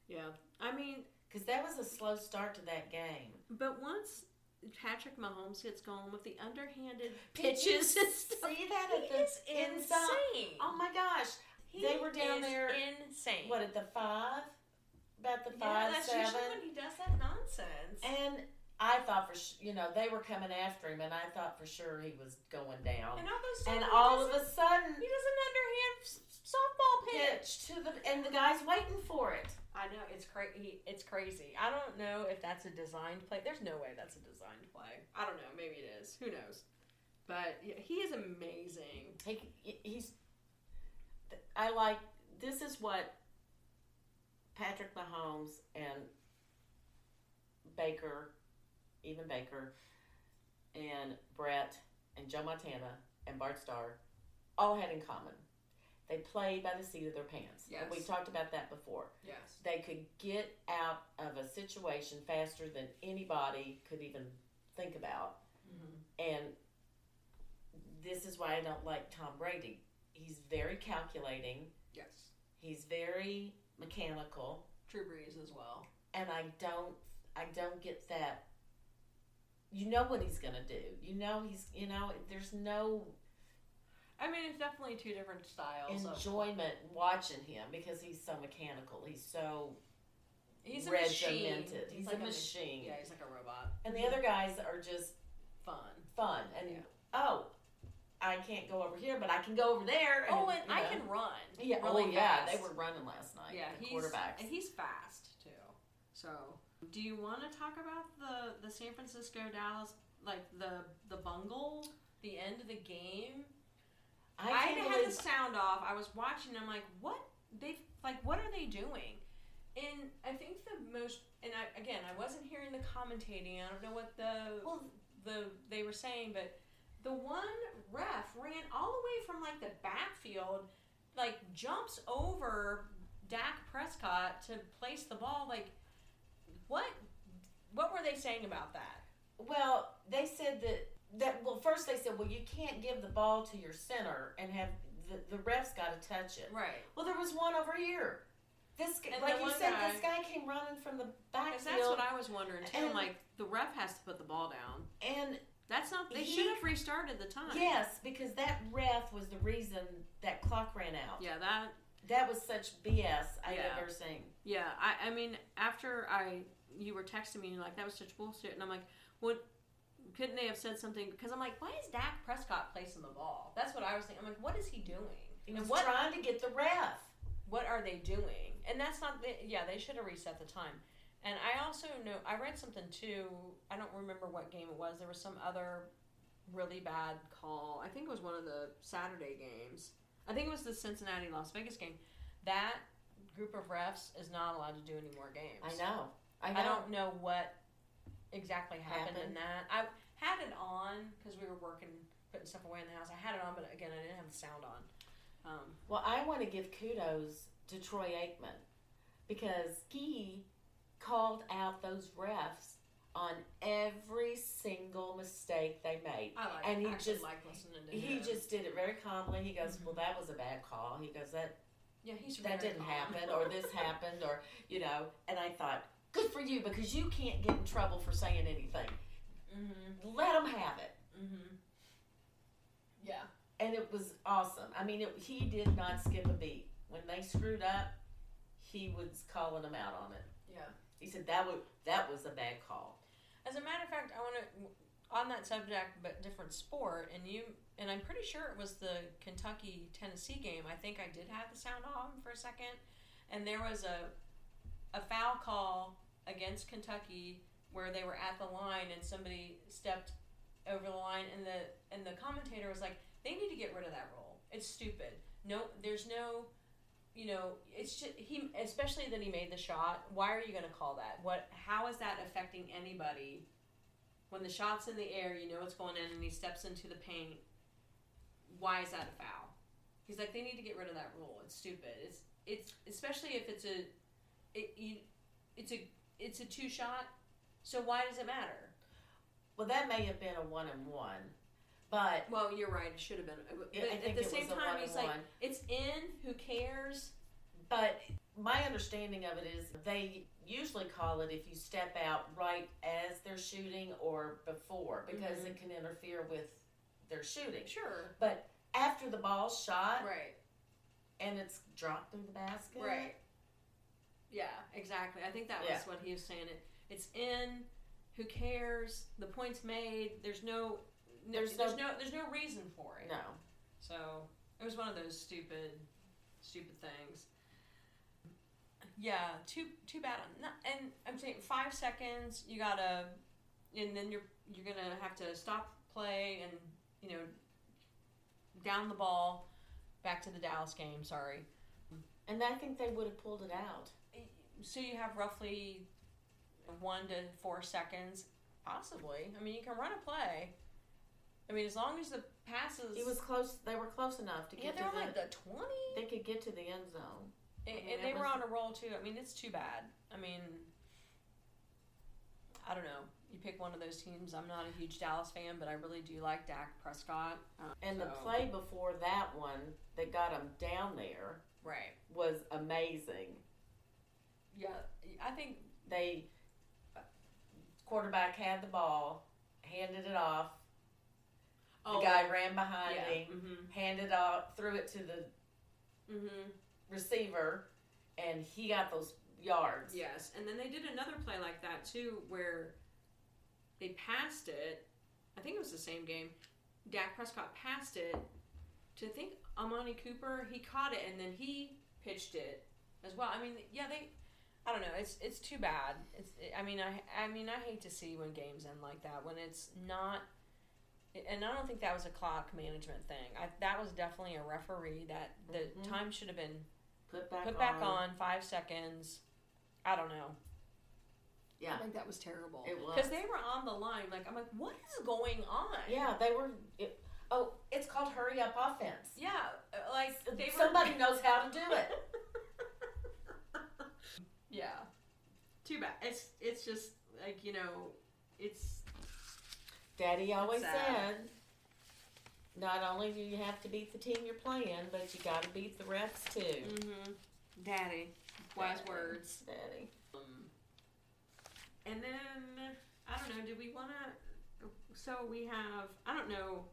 A: Yeah, I mean,
B: because that was a slow start to that game.
A: but once Patrick Mahomes gets going with the underhanded
B: Did you
A: pitches, and stuff,
B: See that at
A: he
B: the
A: is
B: end zone?
A: insane.
B: Oh my gosh!
A: He
B: they were down
A: is
B: there-
A: Insane.
B: What at the five? About the
A: yeah,
B: five
A: that's
B: seven.
A: usually when he does that nonsense.
B: And I thought for sh- you know they were coming after him, and I thought for sure he was going down.
A: and all of a sudden,
B: And
A: he
B: all of
A: does-
B: a sudden,
A: he does an underhand s- softball pitch.
B: pitch to the and the guy's waiting for it.
A: I know it's crazy. It's crazy. I don't know if that's a designed play. There's no way that's a designed play. I don't know. Maybe it is. Who knows? But yeah, he is amazing.
B: He, he's. I like this is what Patrick Mahomes and Baker, even Baker, and Brett and Joe Montana and Bart Starr all had in common. They played by the seat of their pants. And We
A: Yes.
B: talked about that before.
A: Yes.
B: They could get out of a situation faster than anybody could even think about. And this is why I don't like Tom Brady. He's very calculating,
A: Yes.
B: he's very mechanical,
A: True Breeze as well.
B: and I don't I don't get that you know what he's going to do. You know he's you know there's no
A: I mean, it's definitely two different styles. Of,
B: enjoyment watching him because he's so mechanical. He's so
A: he's a machine.
B: regimented. He's,
A: like
B: a
A: mach-
B: machine.
A: Yeah, he's like a robot.
B: And the other guys are just
A: Fun.
B: fun and
A: Yeah.
B: oh i can't go over here but i can go over there
A: Oh, and
B: you
A: I
B: know.
A: can run.
B: yeah
A: really
B: oh yeah
A: fast.
B: they were running last night
A: Yeah,
B: the
A: he's
B: quarterbacks
A: and he's fast too. So, do you want to talk about the the San Francisco Dallas like the the bungle the end of the game? I,
B: can't
A: had
B: believe
A: the sound off. I was watching. I'm like, what they like? What are they doing? And I think the most and I again I wasn't hearing the commentating. I don't know what the
B: Well-
A: the they were saying, but the one ref ran all the way from like the backfield, like jumps over Dak Prescott to place the ball. Like what? What were they saying about that?
B: well they said that that well first they said well you can't give the ball to your center and have the, the ref's got to touch it
A: Right.
B: well there was one over here this guy,
A: And
B: like
A: the
B: you
A: one
B: said
A: guy-
B: this guy came running from the
A: Because that's
B: backfield
A: what I was wondering too.
B: And-
A: like the ref has to put the ball down.
B: and
A: That's not. They
B: He-
A: should have restarted the time.
B: yes because that ref was the reason that clock ran out
A: Yeah. That.
B: that was such bs i
A: Yeah.
B: never seen
A: Yeah. I. I mean, after I, you were texting me, and you're like, "That was such bullshit," and I'm like, "What? Couldn't they have said something?" Because I'm like, "Why is Dak Prescott placing the ball?" That's what I was thinking. I'm like, "What is he doing?"
B: He
A: and
B: was
A: what?
B: trying to get the ref.
A: what are they doing? And that's not. The, yeah, they should have reset the time. And I also know I read something too. I don't remember what game it was. There was some other really bad call. I think it was one of the Saturday games. I think it was the Cincinnati Las Vegas game. That group of refs is not allowed to do any more games.
B: I know. I know.
A: I don't know what exactly happened, in
B: Happened.
A: that. I had it on because we were working, putting stuff away in the house. I had it on, but again, I didn't have the sound on. Um,
B: Well, I want to give kudos to Troy Aikman because he called out those refs on every single mistake they made.
A: I like,
B: And he
A: actually
B: just-
A: like listening to
B: He
A: him.
B: just did it very calmly. He goes,
A: Mhm.
B: "Well, that was a bad call." He goes, "That
A: Yeah, he's
B: that
A: very
B: didn't
A: calm.
B: happen,
A: [LAUGHS]
B: or this happened, or you know." And I thought, "Good for you," because you can't get in trouble for saying anything.
A: Mhm,
B: Let them have it.
A: mhm. Yeah.
B: and it was awesome. I mean, it, he did not skip a beat. When they screwed up, he was calling them out on it.
A: Yeah.
B: He said that was that was a bad call.
A: As a matter of fact, I want to on that subject, but different sport, and you and I'm pretty sure it was the Kentucky Tennessee game. I think I did have the sound on for a second, and there was a a foul call against Kentucky where they were at the line and somebody stepped over the line, and the and the commentator was like, "They need to get rid of that rule. It's stupid. No, there's no." You know, it's just he, especially that he made the shot. Why are you going to call that? What? How is that affecting anybody when the shot's in the air, you know it's going in, and he steps into the paint. Why is that a foul? He's like, they need to get rid of that rule. It's stupid. It's it's especially if it's a, it you, it's a it's a two shot. So why does it matter?
B: Well, that may have been a one and one, but
A: Well, you're right. It should have been. But
B: I
A: at
B: think
A: the
B: it
A: same
B: was a
A: time,
B: one
A: he's
B: and
A: like,
B: one.
A: it's in. Who cares?
B: But my understanding of it is they usually call it if you step out right as they're shooting or before because
A: Mhm.
B: it can interfere with their shooting.
A: Sure.
B: But after the ball's shot
A: Right.
B: and it's dropped through the basket,
A: Right. Yeah, exactly. I think that was
B: Yeah.
A: what he was saying. It it's in. Who cares? The point's made. There's no. no there's,
B: There's
A: no, There's no reason for it.
B: No,
A: So it was one of those stupid, stupid things. Yeah, too too bad. on- no, And I'm saying five seconds. You gotta, and then you're you're gonna have to stop play and you know, down the ball, back to the Dallas game. Sorry.
B: and I think they would have pulled it out.
A: So you have roughly one to four seconds, possibly. I mean, you can run a play. I mean, as long as the passes.
B: He was close. They were close enough to
A: yeah,
B: get
A: they were
B: to
A: like
B: the.
A: the twenty,
B: They could get to the end zone.
A: and,
B: mean,
A: and
B: it
A: they were
B: was-
A: on a roll too. I mean, it's too bad. I mean, I don't know. You pick one of those teams. I'm not a huge Dallas fan, but I really do like Dak Prescott. Um,
B: And the
A: so-
B: play before that one that got him down there
A: right?
B: was amazing.
A: Yeah, I think
B: They quarterback had the ball, handed it off. the guy ran behind
A: Oh, yeah.
B: him,
A: Mm-hmm.
B: handed off, threw it to the
A: Mm-hmm.
B: receiver, and he got those yards.
A: Yes, and then they did another play like that too, where they passed it. I think it was the same game. Dak Prescott passed it to I think Amani Cooper. He caught it and then he pitched it as well. I mean, yeah, they. I don't know. It's it's too bad. It's. I mean, I I mean, I hate to see when games end like that when it's not. And I don't think that was a clock management thing. I, that was definitely a referee that the
B: Mhm.
A: time should have been
B: Put back
A: put
B: on.
A: back on five seconds. I don't know.
B: Yeah.
A: think that was terrible.
B: It was.
A: Because they were on the line. Like, I'm like, what is going on?
B: Yeah, they were. It, oh, it's called hurry up offense.
A: Yeah. uh, Like, they were. [LAUGHS]
B: Somebody knows how to do it.
A: yeah. Too bad. It's, it's just, like, you know, it's.
B: Daddy always
A: Sad.
B: said, not only do you have to beat the team you're playing, but you got to beat the refs too.
A: Mm-hmm. Daddy. Wise
B: Daddy.
A: words.
B: Daddy.
A: Um, and then I don't know. Do we want to? So we have. I don't know.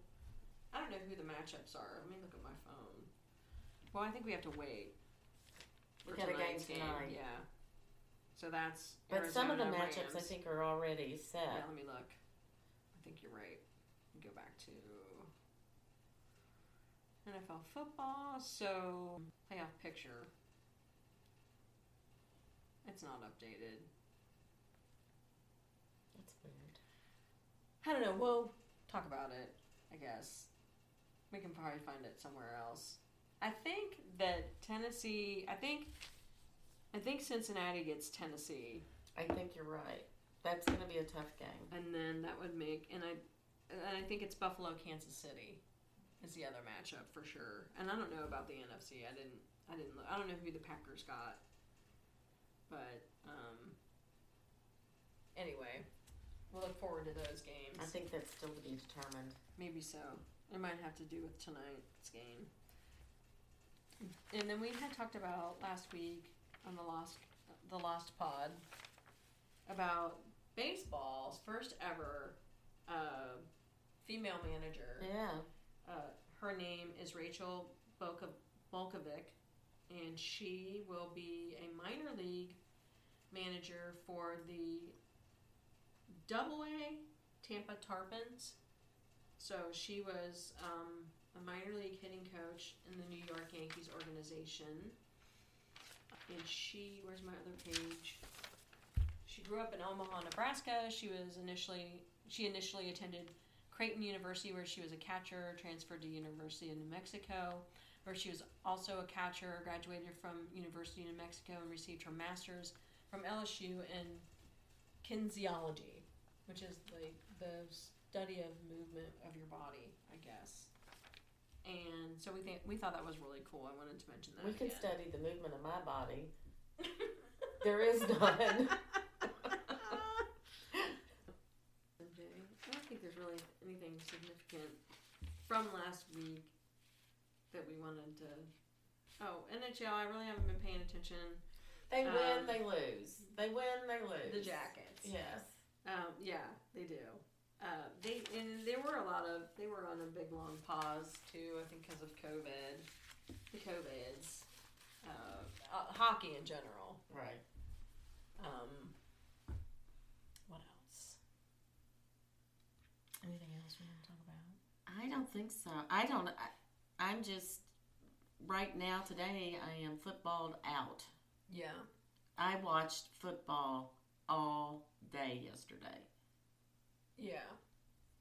A: I don't know who the matchups are. Let me look at my phone. Well, I think we have to wait.
B: We
A: for
B: got a game
A: tonight's
B: tonight.
A: Yeah. So that's.
B: But some of the
A: Arizona,
B: matchups I
A: Rams.
B: think uh, are already set.
A: Yeah, let me look. I think you're right. Go back to NFL football. So playoff picture. It's not updated.
B: That's weird.
A: I don't know. We'll talk about it, I guess. We can probably find it somewhere else. I think that Tennessee. I think. I think Cincinnati gets Tennessee,
B: I think you're right. That's going to be a tough game.
A: and then that would make and I, and I think it's Buffalo, Kansas City, is the other matchup for sure. And I don't know about the NFC. I didn't. I didn't. Look, I don't know who the Packers got, but um. Anyway, we'll look forward to those games.
B: I think that's still to be determined.
A: Maybe so. It might have to do with tonight's game. And then we had talked about last week on the lost the lost pod about baseball's first ever uh, female manager.
B: Yeah.
A: Uh, her name is Rachel Bolko- Bolkovic, and she will be a minor league manager for the Double A Tampa Tarpons. So she was um, a minor league hitting coach in the New York Yankees organization. And she, where's my other page? She grew up in Omaha, Nebraska. She was initially she initially attended Creighton University, where she was a catcher, transferred to University of New Mexico, where she was also a catcher, graduated from University of New Mexico, and received her master's from LSU in kinesiology, which is like the study of movement of your body, I guess. And so we think we thought that was really cool. I wanted to mention that.
B: We can
A: again. [LAUGHS]
B: study the movement of my body. There is
A: [LAUGHS]
B: none.
A: Okay, I don't think there's really anything significant from last week that we wanted to. Oh, NHL, I really haven't been paying attention.
B: They
A: Um,
B: win, they lose. They win, they lose.
A: The Jackets.
B: Yes.
A: Um, yeah, they do. Uh, they and there were a lot of they were on a big long pause too. I think because of COVID, the COVIDs, uh, uh, hockey in general.
B: Right.
A: Um, what else? Anything else we want to talk about?
B: I don't think so. I don't. I, I'm just right now today. I am footballed out.
A: Yeah.
B: I watched football all day yesterday.
A: Yeah.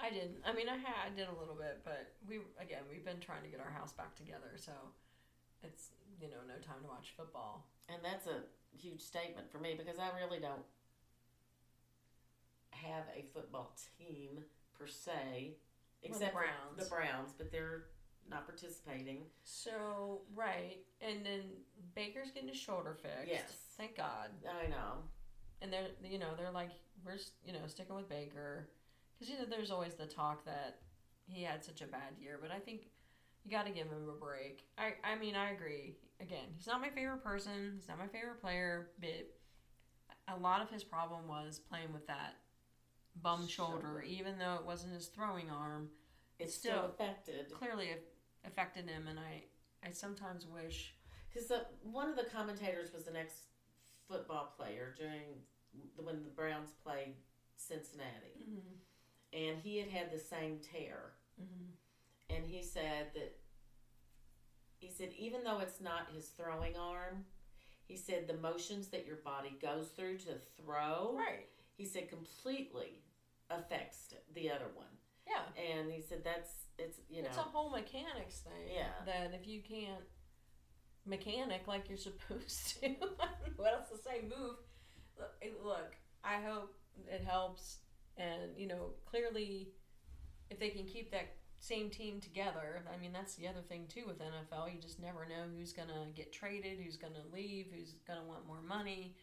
A: I didn't. I mean, I had I did a little bit, but we again we've been trying to get our house back together, so it's you know no time to watch football.
B: And that's a huge statement for me because I really don't have a football team per se,
A: the
B: except for
A: Browns.
B: The Browns, but they're not participating.
A: So right, and then Baker's getting his shoulder fixed.
B: Yes.
A: thank God.
B: I know.
A: And they're you know they're like we're s- you know sticking with Baker because you know there's always the talk that he had such a bad year, but I think you got to give him a break. I I mean I agree. Again, he's not my favorite person. He's not my favorite player. But a lot of his problem was playing with that bum
B: Shoulder.
A: shoulder, even though it wasn't his throwing arm
B: It's
A: Still-
B: still affected.
A: clearly a- affected him and I I sometimes wish
B: Because one of the commentators was an ex football player during the, when the Browns played Cincinnati, and he had had the same tear.
A: Mm-hmm.
B: And he said that he said even though it's not his throwing arm, he said the motions that your body goes through to throw,
A: right
B: he said completely affects the other one.
A: yeah
B: And he said that's it's you know
A: it's a whole mechanics thing
B: Yeah.
A: that if you can't mechanic like you're [LAUGHS] supposed to I don't know what else to say move look, it- look I hope it helps and you know clearly if they can keep that same team together I mean that's the other thing too with NFL you just never know who's gonna get traded who's gonna leave who's gonna want more money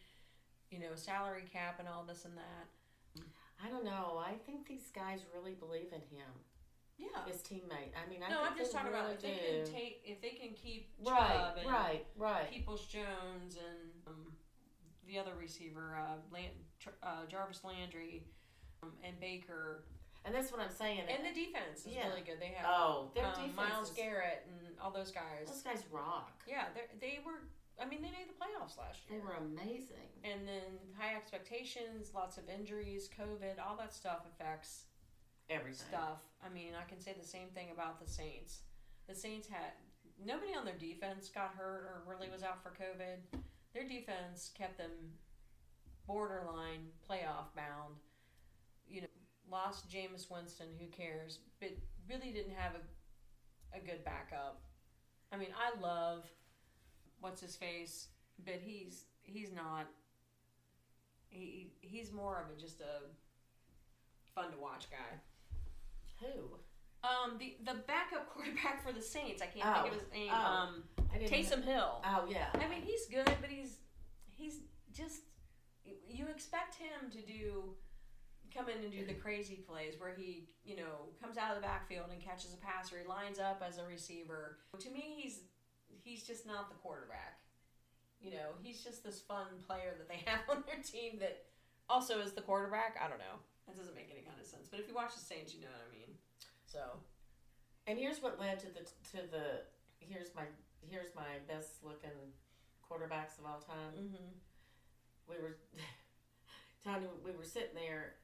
A: you know salary cap and all this and that
B: I don't know. I think these guys really believe in him.
A: yeah
B: his teammate. I mean, I
A: no,
B: think
A: I'm just
B: they
A: talking
B: really
A: about if they
B: do.
A: can take if they can keep
B: right,
A: Chubb and
B: right, right.
A: Peoples Jones and um, the other receiver uh, Lan- Tr- uh, Jarvis Landry um, and Baker
B: And that's what I'm saying.
A: and the defense is
B: Yeah.
A: really good. They have
B: oh, their
A: um,
B: defense.
A: Miles
B: is-
A: Garrett and all those guys.
B: Those guys rock.
A: Yeah, they they were. I mean, they made the playoffs last
B: They
A: year.
B: were amazing.
A: And then high expectations, lots of injuries, COVID, all that stuff affects
B: Everything.
A: stuff. I mean, I can say the same thing about the Saints. The Saints had nobody on their defense got hurt or really was out for COVID. Their defense kept them borderline playoff bound. You know, lost Jameis Winston, who cares? But really didn't have a a good backup. I mean, I love what's his face, but he's he's not. He he's more of a just a fun to watch guy.
B: Who?
A: Um, the the backup [LAUGHS] quarterback for the Saints. I can't think
B: Oh.
A: of his name.
B: Oh.
A: Um,
B: I didn't.
A: Taysom Hill.
B: Oh yeah.
A: I mean, he's good, but he's he's just you expect him to do come in and do the crazy plays where he you know comes out of the backfield and catches a pass or he lines up as a receiver. To me, he's he's just not the quarterback. You know, he's just this fun player that they [LAUGHS] have on their team that also is the quarterback. I don't know. That doesn't make any kind of sense. But if you watch the Saints, you know what I mean. So.
B: And here's what led to the to the here's my here's my best looking quarterbacks of all time.
A: Mm-hmm.
B: we were [LAUGHS] Tony, we were sitting there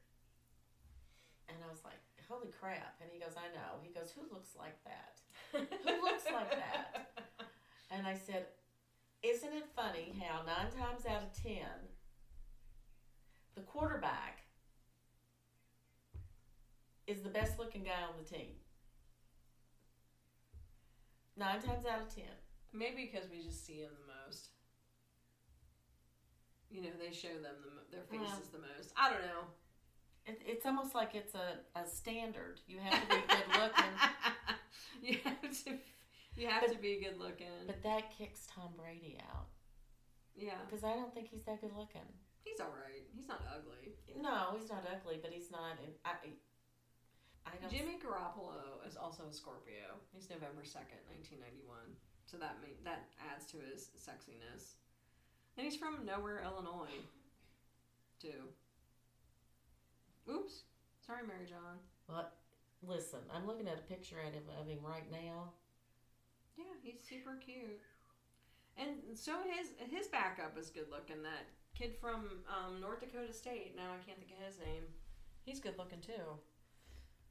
B: and I was like, Holy crap and he goes, I know. He goes, Who looks like that?
A: Who
B: looks like that? And I said, Isn't it funny how nine times out of ten the quarterback is the best looking guy on the team? Nine times out of ten.
A: [LAUGHS] Maybe because we just see him the most. You know, they show them the, mo- their
B: Yeah.
A: faces the most. I don't know.
B: It, it's almost like it's a, a standard. You have to be
A: [LAUGHS]
B: good looking.
A: you have to, you have
B: But-
A: to be good looking.
B: But that kicks Tom Brady out
A: Yeah,
B: because I don't think he's that good looking.
A: he's all right. He's not ugly.
B: No, he's not ugly, but he's not. In, I, I don't.
A: Jimmy Garoppolo is also a Scorpio. He's November second, nineteen ninety one. So that mean, that adds to his sexiness. And he's from nowhere, Illinois, too. Oops, sorry, Mary John.
B: Listen, I'm looking at a picture of him, of him right now.
A: Yeah, he's super cute. And so his his backup is good looking. That kid from um, North Dakota State. Now I can't think of his name. He's good looking too.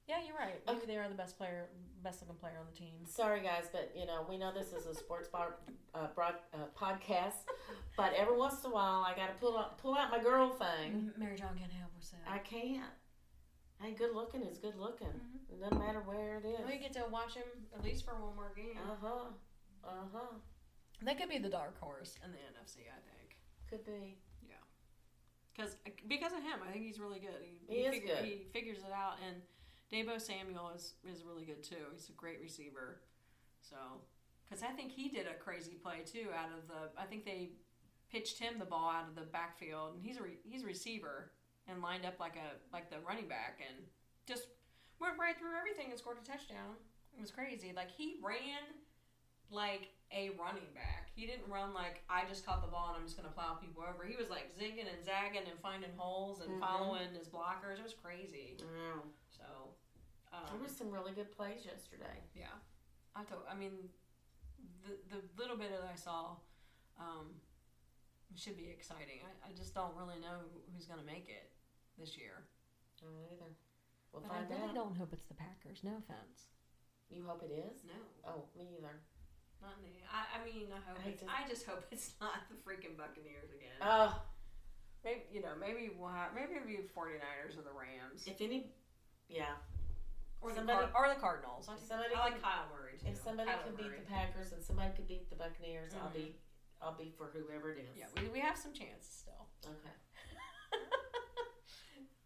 A: Yeah, you're right. Maybe they are the best player, best looking player on the team.
B: Sorry, guys, but you know we know this is a sports bar, uh, broad, uh, podcast, but every once in a while I gotta pull out pull out my girl thing.
A: Mary John can't help herself.
B: I can't. Hey, good looking is good looking. It doesn't matter where it
A: Mm-hmm. we
B: is.
A: get to watch him at least for one more game.
B: Uh huh. Uh huh.
A: That could be the dark horse in the NFC, I think.
B: Could be.
A: Yeah. Cause, uh, because of him, I think he's really good. He,
B: He is
A: figure-
B: good.
A: He figures it out, and Debo Samuel is, is really good too. He's a great receiver. So, because I think he did a crazy play too out of the. I think they pitched him the ball out of the backfield, and he's a re, he's a receiver and lined up like a like the running back and just went right through everything and scored a touchdown. It was crazy. Like he ran like a running back. He didn't run like I just caught the ball and I'm just gonna plow people over. He was like zigging and zagging and finding holes and
B: Mhm.
A: following his blockers. It was crazy.
B: Wow.
A: So
B: There
A: um,
B: were some really good plays yesterday.
A: yeah, I thought. I mean, the the little bit that I saw um, should be exciting. I, I just don't really know who's gonna make it this year.
B: I don't either. We'll
A: But I
B: find
A: really
B: out.
A: don't hope it's the Packers. No offense.
B: You hope it is?
A: No,
B: Oh, me either.
A: not me. I, I mean, I hope.
B: I
A: it's,
B: just-
A: I just hope [LAUGHS] it's not the freaking Buccaneers again.
B: Oh,
A: maybe you know, maybe we'll have maybe it'll be 49ers or the Rams
B: if any, yeah.
A: or the
B: somebody-
A: Car- or the Cardinals. I,
B: If somebody
A: I like
B: can-
A: Kyle Murray too.
B: If somebody
A: Kyler
B: can beat
A: Murray.
B: the Packers and somebody could beat the Buccaneers, I'll
A: Mhm.
B: be, I'll be for whoever it is.
A: yeah, we, we have some chances still. [LAUGHS]
B: Okay.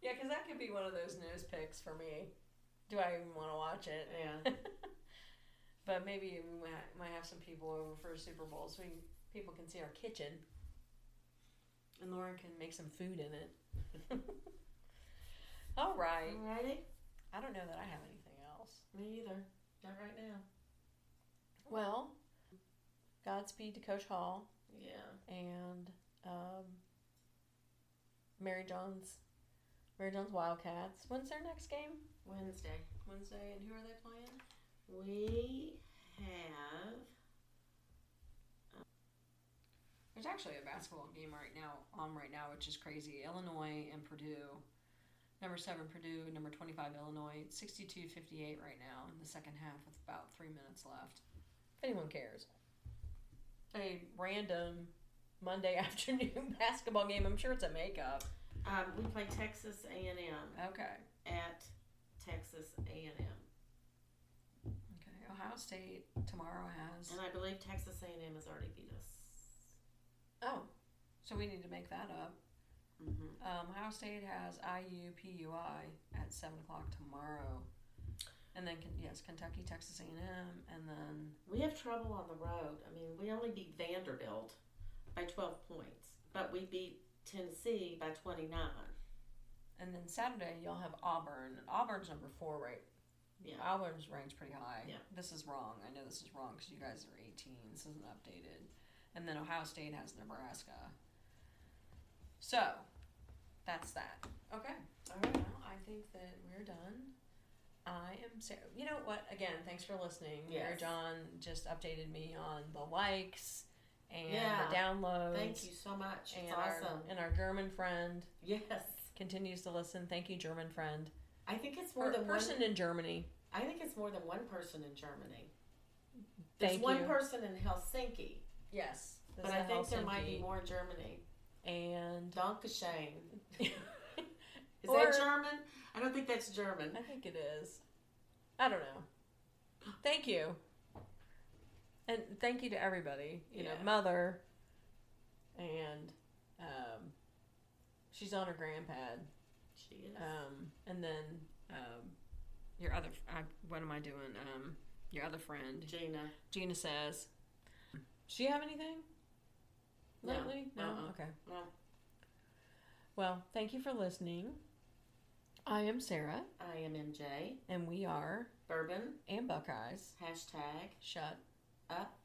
A: yeah, because that could be one of those nose picks for me. Do I even want to watch it?
B: Yeah.
A: [LAUGHS] but maybe we might, might have some people over for a Super Bowl so we, can- people can see our kitchen. And Laura can make some food in it. [LAUGHS] All right.
B: Alrighty.
A: I don't know that I have anything else.
B: Me either. Not right now.
A: Well, Godspeed to Coach Hall
B: Yeah.
A: and um, Mary John's Mary John's Wildcats. When's their next game?
B: Wednesday.
A: Wednesday. And who are they playing?
B: We have.
A: There's actually a basketball game right now on right now, which is crazy. Illinois and Purdue. Number seven Purdue, number twenty five Illinois, 62-58 right now in the second half with about three minutes left. If anyone cares. A random Monday [LAUGHS] afternoon basketball game. I'm sure it's a makeup.
B: Um, we play Texas A and M
A: Okay.
B: at Texas A and M,
A: Okay. Ohio State tomorrow has
B: and I believe Texas A and M has already beat us.
A: Oh. So we need to make that up.
B: Mm-hmm.
A: Um, Ohio State has IUPUI at seven o'clock tomorrow, and then Ken- yes, Kentucky, Texas A&M, and then
B: We have trouble on the road. I mean, we only beat Vanderbilt by 12 points, but we beat Tennessee by 29.
A: and then Saturday y'all have Auburn. Auburn's number four, right?
B: Yeah.
A: Auburn's ranked pretty high.
B: Yeah.
A: This is wrong. I know this is wrong because you guys are eighteen. This isn't updated. And then Ohio State has Nebraska. So, that's that. Okay.
B: All right.
A: Well, I think that we're done. I am Sarah. You know what? Again, thanks for listening. Mary
B: Yes.
A: John just updated me on the likes and
B: Yeah.
A: the downloads.
B: Thank you so much.
A: And
B: It's
A: our,
B: awesome.
A: and our German friend
B: [LAUGHS] Yes.
A: continues to listen. Thank you, German friend.
B: I think it's more
A: Per-
B: than
A: person
B: one.
A: in Germany.
B: I think it's more than one person in Germany. There's
A: Thank
B: one
A: you.
B: person in Helsinki,
A: Yes. This
B: but
A: is
B: I
A: a
B: think there might be
A: Helsinki.
B: more in Germany.
A: And
B: [LAUGHS] Dankeschön. Is
A: Or- Uh,
B: that German? I don't think that's German.
A: I think it is. I don't know. Thank you. And thank you to everybody. You
B: Yeah.
A: know, mother and um she's on her grandpad.
B: She is.
A: Um and then um your other I, what am I doing? Um your other friend
B: Gina.
A: Gina says Do you have anything?
B: No.
A: Lately? No.
B: Uh-uh.
A: Okay.
B: No.
A: Well, thank you for listening. I am Sarah
B: I am MJ.
A: and we are
B: Bourbon.
A: and Buckeyes.
B: Hashtag
A: Shut
B: up